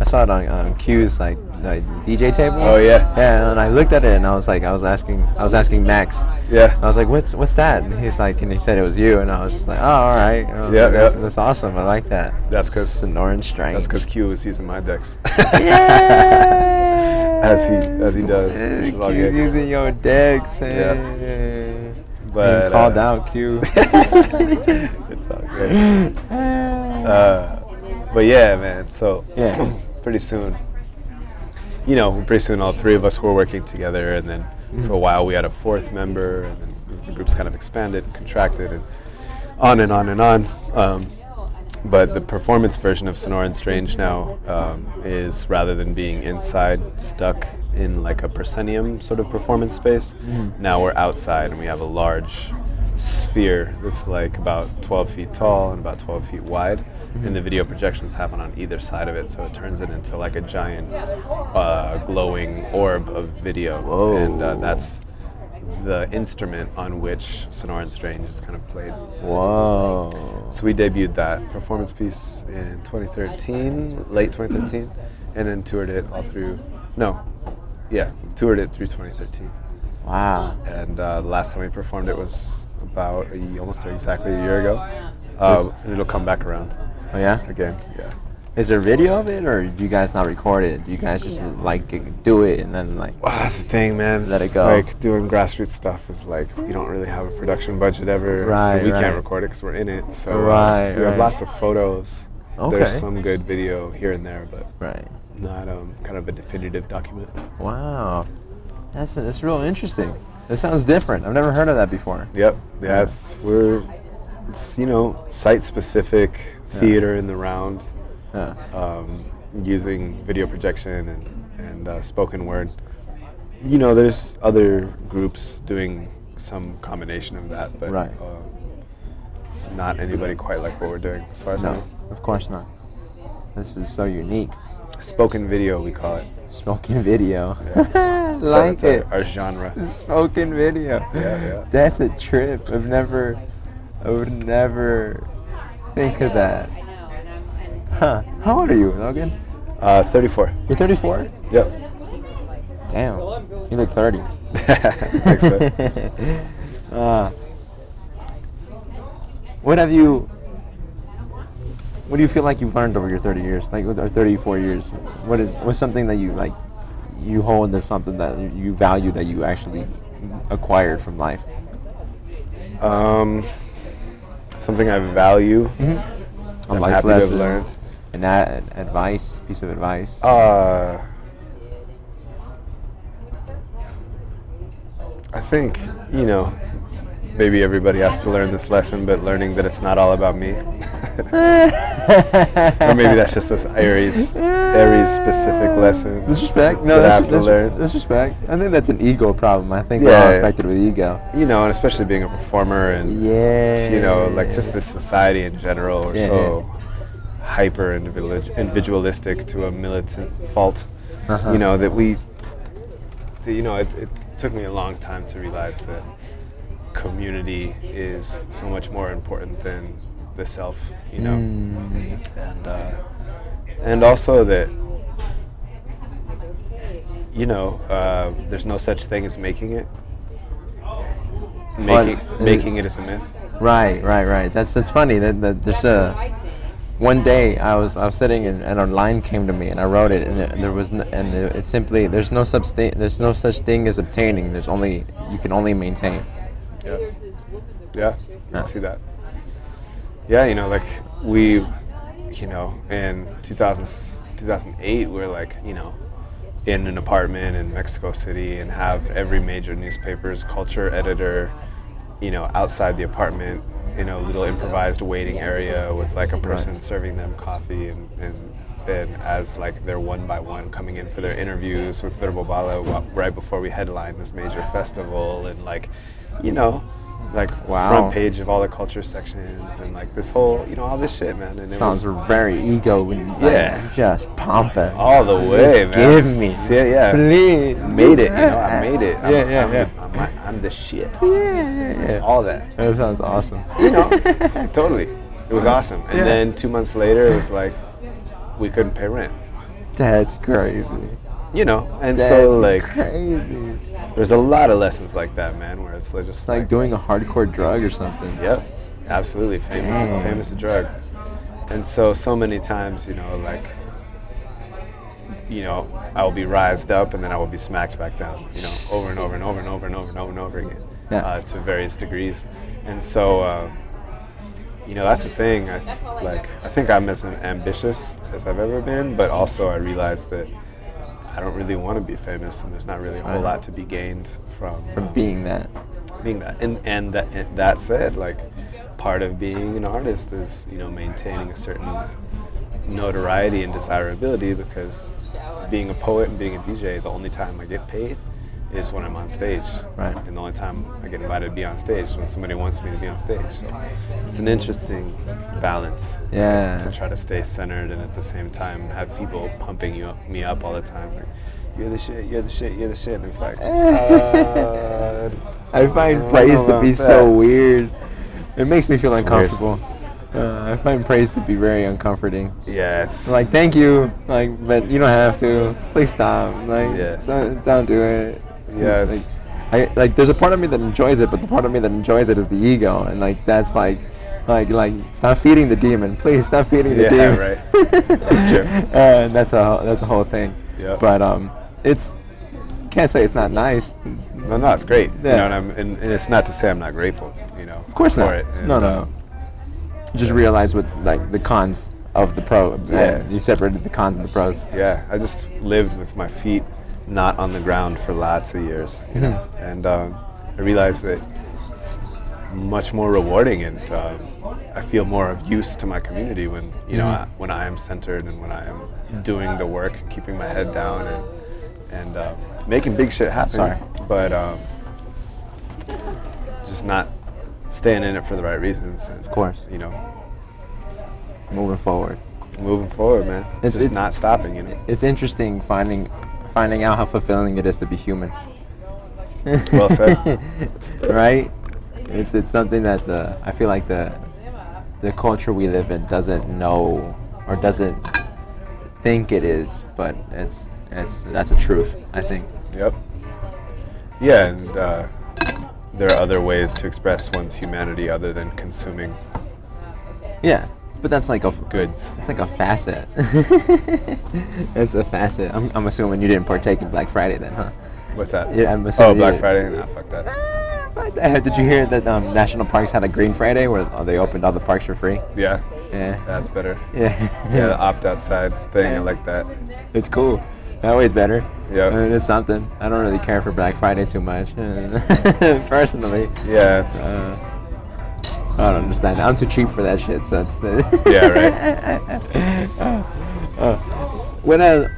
I saw it on um, Q's like the DJ table.
Oh, yeah.
Yeah, and I looked at it and I was like, I was asking, I was asking Max. I
Yeah,
was like, what's what's that? And he's like, and he said it was you, and I was just like, oh, all right. I was
Yeah,
like, that's,
yeah.
that's awesome. I like that.
That's 'cause-
Sonoran Strange.
that's because Q was using my decks.
Yeah.
As he- as he does, which is all
Q's
good.
using your decks.
Yeah.
eh.
But,
Being called
uh,
out, Q.
it's all good. Uh, but yeah, man. So
Yeah.
pretty soon, you know, pretty soon all three of us were working together, and then for a while we had a fourth member, and then the group's kind of expanded, contracted, and on and on and on. Um, but the performance version of Sonoran Strange now um, is rather than being inside, stuck in like a proscenium sort of performance space, now we're outside and we have a large sphere that's like about 12 feet tall and about 12 feet wide. And the video projections happen on either side of it, so it turns it into like a giant uh, glowing orb of video. And uh,
Whoa.
that's the instrument on which Sonoran Strange is kind of played.
Whoa.
So we debuted that performance piece in 2013, late 2013, and then toured it all through. No, yeah, toured it through 2013.
Wow.
And uh, the last time we performed it was about a, almost exactly a year ago. Uh,
This-
and it'll come back around
Oh yeah.
again. Yeah.
Is there video of it, or do you guys not record it? Do you guys just like do it and then like?
Wow, that's the thing, man.
Let it go.
Like doing grassroots stuff is like you don't really have a production budget ever.
Right,
We
right.
can't record it because we're in it. So uh,
Right,
We have
right.
lots of photos.
Okay.
There's some good video here and there, but
Right.
not um, kind of a definitive document.
Wow. That's that's real interesting. That sounds different. I've never heard of that before.
Yep. Yeah, it's we're it's you know site specific theater in the round,
Yeah.
um, using video projection and and uh, spoken word. You know, there's other groups doing some combination of that, but
Right.
um, not anybody quite like what we're doing as far as I
No,
know.
of course not. This is so unique.
Spoken video, we call it.
Smoking video.
So
like
that's our-
it.
Our, genre.
Smoking video.
yeah.
That's a trip. I've never, I would never think of that. Huh. How old are you, Logan?
Uh, 34.
You're 34?
Yep.
Damn. You look 30.
Thanks, man.
uh, what have you, what do you feel like you've learned over your 30 years, like with- or 34 years? What is, what's something that you like, you hold as something that you- you value that you actually acquired from life?
Um, something I value.
A
Mm-hmm. I'm
life
happy to have
lesson,
learned.
an a- advice, piece of advice.
Uh, I think, you know, maybe everybody has to learn this lesson, but learning that it's not all about me. or maybe that's just this Aries, Aries specific lesson.
Disrespect?
that
No,
I
that's,
have to
that's,
learn.
disrespect. I think that's an ego problem. I think we're all
Yeah.
affected with ego.
you know, and especially being a performer and
Yeah.
you know, like just the society in general are
Yeah,
so hyper individual- individualistic to a militant fault.
Uh-huh.
You know that we, that, you know, it, it took me a long time to realize that community is so much more important than the self. You know, and uh, and also that. You know, uh, there's no such thing as making it.
Well,
Making
it-
making it is a myth.
Right, right, right. That's that's funny. That, that there's a one day I was I was sitting and, and a line came to me and I wrote it and, it, there was n- and it, it's simply there's no such thing there's no such thing as obtaining. There's only you can only maintain.
Yeah. Yeah,
Yeah.
I see that. Yeah, you know, like we, you know, in 2000, 2008, we were like, you know, in an apartment in Mexico City and have every major newspaper's culture editor, you know, outside the apartment in a little improvised waiting area with like a person serving them coffee and, and and as like they're one by one coming in for their interviews with Verbobala wa- right before we headline this major festival and like, you know, like
Wow.
front page of all the culture sections and like this whole, you know, all this shit, man. And it
Sounds
was
very ego and like,
Yeah.
just pumping.
all the way,
Just
man.
Give me.
Yeah, yeah.
Please.
Made it, you know, I made it. I'm,
Yeah, yeah,
I'm
yeah.
The, I'm, I- I'm the shit.
Yeah, yeah, yeah.
All that.
That sounds awesome.
You know, totally. It was awesome. And
Yeah.
then two months later, it was like, we couldn't pay rent.
That's crazy.
You know, and
That's
so like,
crazy.
there's a lot of lessons like that, man, where it's like just
It's like doing a hardcore drug or something.
Yep, absolutely. Famous,
Damn.
famous a drug. And so, so many times, you know, like, you know, I will be rised up and then I will be smacked back down, you know, over and over and over and over and over and over and over again
Yeah.
uh, to various degrees. And so, uh, you know, that's the thing. I, s- like, I think I'm as ambitious as I've ever been, but also I realized that I don't really want to be famous, and there's not really a whole lot to be gained from
from
um,
being that.
being that. And and that and that said, like part of being an artist is you know maintaining a certain notoriety and desirability because being a poet and being a DJ, the only time I get paid is when I'm on stage,
Right.
And the only time I get invited to be on stage is when somebody wants me to be on stage. So it's an interesting balance to
Yeah.
try to stay centered and at the same time have people pumping you up, me up all the time. Like, you're the shit, you're the shit, you're the shit. And it's like, uh,
I find
don't
praise
know
to be
about
so
that.
weird. It makes me feel
It's weird.
uncomfortable. Uh, I find praise to be very uncomforting.
yeah, it's
Like, thank you. Like, but you don't have to. Please stop. Like,
Yeah.
don't, don't do it.
Yeah,
Like,
it's-
I, like, there's a part of me that enjoys it, but the part of me that enjoys it is the ego, and like that's like, like, like, stop feeding the demon. Please stop feeding the
Yeah,
demon. Uh,
right. That's true.
and that's a that's a whole thing.
Yeah.
But um, it's can't say it's not nice.
no, no, it's great.
Yeah.
You know, and, I'm, and, and it's not to say I'm not grateful. You know,
Of course
for
not.
It. And,
no,
uh,
no, no. Just realize what like the cons of the pro. and
Yeah.
You separated the cons and the pros.
yeah, I just lived with my feet not on the ground for lots of years, you know,
Hmm.
and um, I realized that it's much more rewarding, and um, I feel more of use to my community when you know
Hmm.
I, when I am centered and when I am doing the work, keeping my head down, and and um, making big shit happen.
Sorry.
but um, just not staying in it for the right reasons. And, of
course.
you know,
Moving forward.
moving forward, man.
It's-
It's, just
it's-
not stopping, you know.
It's interesting finding finding out how fulfilling it is to be human.
Well said.
right? It's it's something that the I feel like the the culture we live in doesn't know or doesn't think it is, but it's it's that's a truth, I think.
Yep. Yeah, and uh, there are other ways to express one's humanity other than consuming
Yeah. But that's like a f-
goods.
It's like a facet. it's a facet. I'm, I'm assuming you didn't partake in Black Friday then, huh?
What's that?
Yeah, I'm
oh,
assuming you
Black
didn't-
Friday? Nah, fuck that.
Ah, fuck that. Did you hear that um, National Parks had a Green Friday where they opened all the parks for free?
Yeah,
Yeah.
that's better.
Yeah.
Yeah, the opt outside thing, I like that.
It's cool. That way's better.
Yeah.
I mean, it's something. I don't really care for Black Friday too much, personally.
Yeah, it's,
Uh, I don't understand. I'm too cheap for that shit. So it's the
yeah, right.
what uh,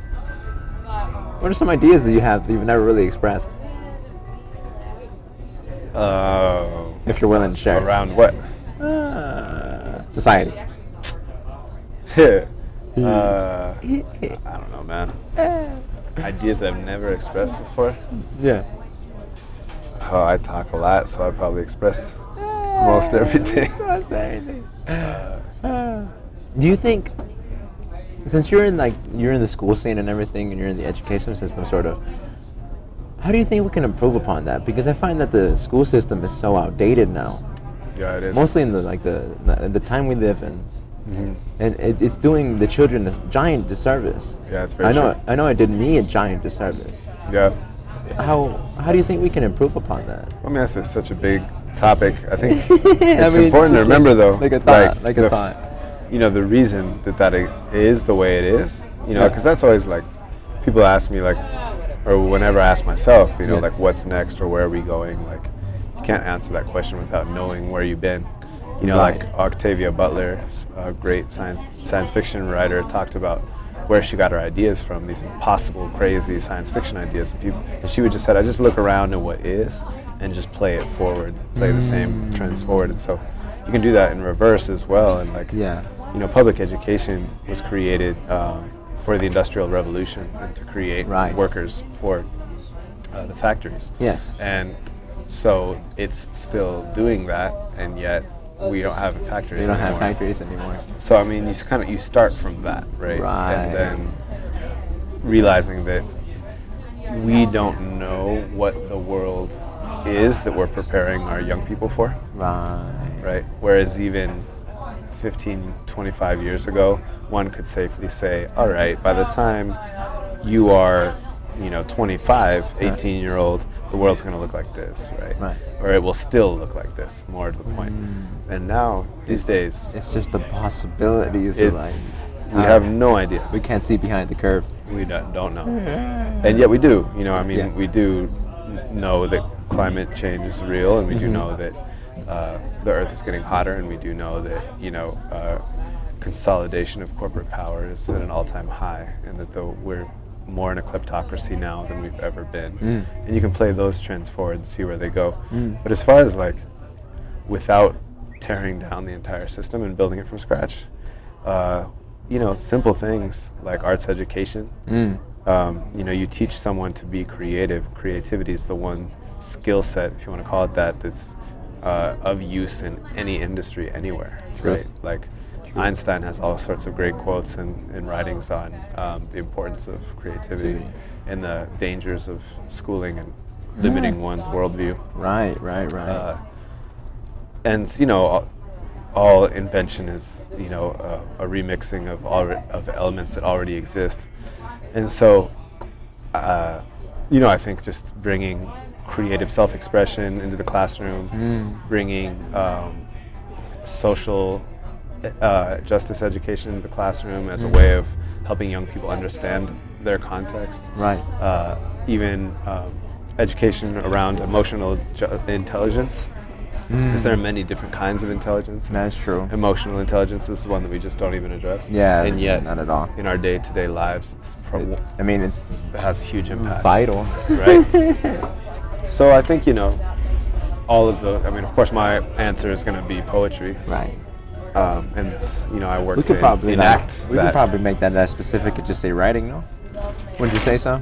What are some ideas that you have that you've never really expressed?
Uh,
If you're willing to share.
around what?
Uh, society.
uh, I don't know, man. Ideas I've never expressed before.
Yeah.
Oh, I talk a lot, so I probably expressed most everything.
Most everything. Do you think, since you're in like you're in the school scene and everything, and you're in the education system, sort of, how do you think we can improve upon that? Because I find that the school system is so outdated now,
Yeah, it is. Mm-hmm.
mostly in the like the the, the time we live in, and it, it's doing the children a giant disservice.
Yeah, it's very
I know.
true.
I know. It did me a giant disservice.
Yeah.
How how do you think we can improve upon that?
I mean, that's just such a big topic. I think it's
I mean,
important to
just
remember,
like-
though,
Like a thought. Like, a
the-
thought.
You know, the reason that that i- is the way it is. You know,
Yeah.
because that's always like people ask me, like, or whenever I ask myself, you know,
Yeah.
like, what's next or where are we going? Like, you can't answer that question without knowing where you've been. You know,
Right.
like Octavia Butler, s- a great science science fiction writer, talked about where she got her ideas from these impossible, crazy science fiction ideas. And, people, and she would just said, "I just look around at what is, and just play it forward, play the
Mm.
same trends forward." And so, you can do that in reverse as well. And like,
Yeah.
you know, public education was created um, for the Industrial Revolution and to create
Right.
workers for uh, the factories.
Yes.
And so it's still doing that, and yet we don't have factories.
We don't have
anymore.
factories anymore.
So I mean, you kind of you start from that, right?
Right.
And then realizing that we don't know what the world is that we're preparing our young people for,
Right.
right? Whereas even 15, 25 years ago, one could safely say, all right, by the time you are, you know, 25, 18 year old, the world's going to look like this, right?
Right.
Or it will still look like this, more to the point. And now, these days,
It's just the possibilities. are
it's
like,
We have no idea.
We can't see behind the curve.
We don't, don't know. And yet we do. You know, I mean,
Yeah.
we do n- know that climate change is real, and we do know that uh, the Earth is getting hotter, and we do know that you know uh, consolidation of corporate power is at an all-time high, and that though we're more in a kleptocracy now than we've ever been. And you can play those trends forward and see where they go. But as far as like without tearing down the entire system and building it from scratch. Uh, you know, simple things like arts education. Um, you know, you teach someone to be creative. Creativity is the one skill set, if you want to call it that, that's uh, of use in any industry anywhere.
Truth.
Like Einstein has all sorts of great quotes and, and writings on um, the importance of creativity and the dangers of schooling and limiting one's worldview
Right, right, right.
uh, and you know all, all invention is you know a, a remixing of all of elements that already exist and so uh, you know i think just bringing creative self-expression into the classroom bringing um, social uh, justice education into the classroom as a way of helping young people understand their context
right.
uh, even um, education around emotional ju- intelligence, because
Hmm.
there are many different kinds of intelligence.
That's true.
Emotional intelligence is one that we just don't even address.
Yeah,
and yet
not at all.
in our day-to-day lives, it's pro-
I mean, it's
it has huge impact.
vital.
right? so I think you know all of the. I mean, of course, my answer is going to be poetry,
Right.
um, and you know I work
We could
to
probably like,
enact
we
that.
could probably make that that specific and just say writing. No. Would you say so?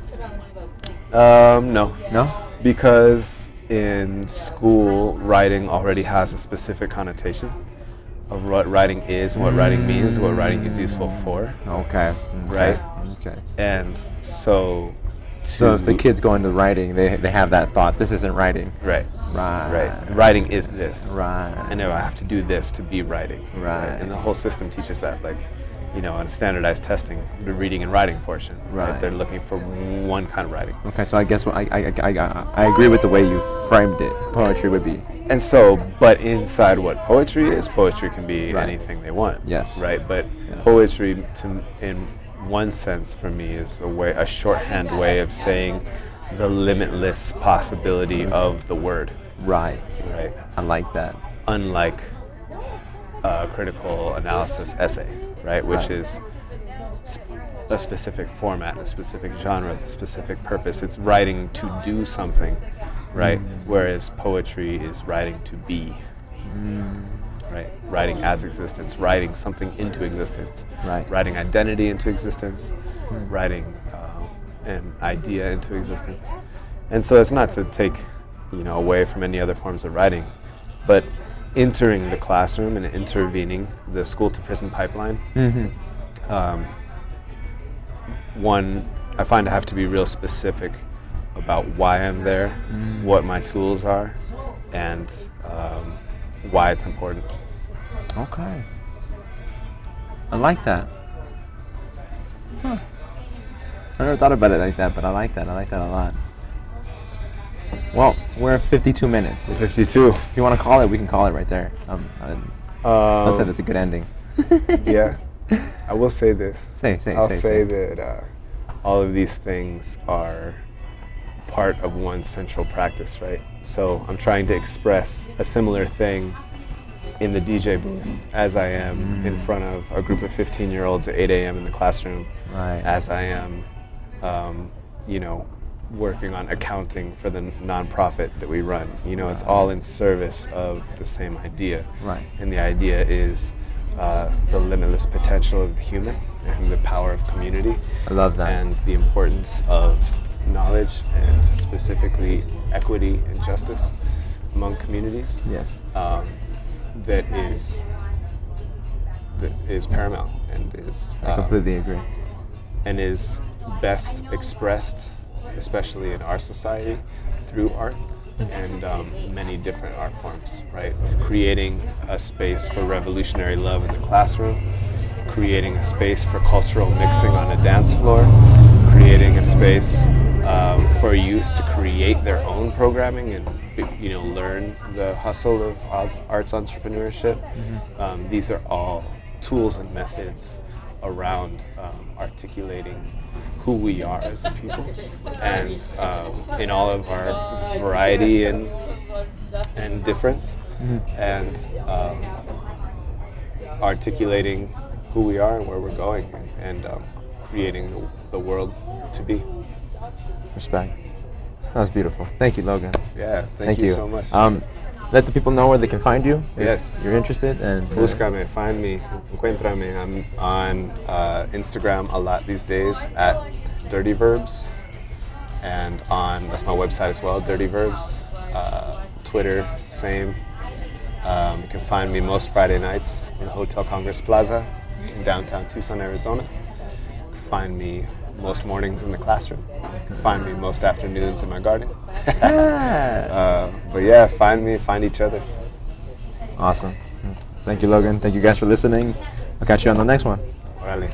um, no,
No.
because in school writing already has a specific connotation of what writing is and what writing means what writing is useful for
Okay.
Right.
Okay. okay.
and so
So if the
to-
kids go into writing, they they have that thought. This isn't writing.
right
Right.
right writing is this
Right.
and now i have to do this to be writing
Right.
and the whole system teaches that like you know on standardized testing the reading and writing portion
Right.
they're looking for one kind of writing
Okay. So I guess what I I, I I I agree with the way you framed it. Poetry would be
And so, but inside what poetry is, poetry can be
Right.
anything they want.
Yes.
Right. But
Yeah.
poetry, to, in one sense, for me, is a way, a shorthand way of saying the limitless possibility
Mm-hmm.
of the word.
right.
Right.
I like that.
Unlike a critical analysis essay, right, which
Right.
is s- a specific format, a specific genre, a specific purpose. It's writing to do something, right?
Mm-hmm.
Whereas poetry is writing to be, right? Writing as existence, writing something into existence,
Right.
Writing identity into existence, writing um, an idea into existence. And so it's not to take, you know, away from any other forms of writing, but entering the classroom and intervening the school to prison pipeline
Hmm. Mm-hmm.
um, one, I find I have to be real specific about why I'm there, what my tools are, and um, why it's important.
Okay. I like that. Huh. I never thought about it like that, but I like that. I like that a lot. Well, we're at 52 minutes. If
52.
you want to call it, we can call it right there. Um, um,
Um,
unless if it's a good ending.
yeah. I will say this.
Say, say,
I'll
say,
say,
say.
that uh, all of these things are part of one central practice, right? So I'm trying to express a similar thing in the DJ booth as I am
Mm.
in front of a group of 15 year olds at 8 a.m. in the classroom,
Right.
as I am, um, you know, working on accounting for the nonprofit that we run. You know, it's all in service of the same idea.
Right.
And the idea is uh, the limitless potential of the human and the power of community
I love that.
and the importance of knowledge and specifically equity and justice among communities
yes.
um, that is that is paramount and is
I
um,
completely agree.
and is best expressed, especially in our society, through art and um, many different art forms, right? Creating a space for revolutionary love in the classroom, creating a space for cultural mixing on a dance floor, creating a space um, for youth to create their own programming and you know learn the hustle of art- arts entrepreneurship. Um, these are all tools and methods around um, articulating who we are as a people, and um, in all of our variety and and difference,
Mm-hmm.
and um, articulating who we are and where we're going, and um, creating the, the world to be.
Respect. That was beautiful. Thank you, Logan.
Yeah, thank,
Thank
you,
you.
so much.
Um, let the people know where they can find you. if
Yes.
You're interested and. uh,
Búscame, find me, encuéntrame. I'm on uh, Instagram a lot these days at Dirty Verbs, and on that's my website as well, Dirty Verbs. Uh, Twitter, same. Um, you can find me most Friday nights in the Hotel Congress Plaza in downtown Tucson, Arizona. You can find me most mornings in the classroom. You can find me most afternoons in my garden.
Yeah.
Uh, but yeah, find me, find each other.
Awesome. Thank you, Logan. Thank you guys for listening. I'll catch you on the next one.
Orale.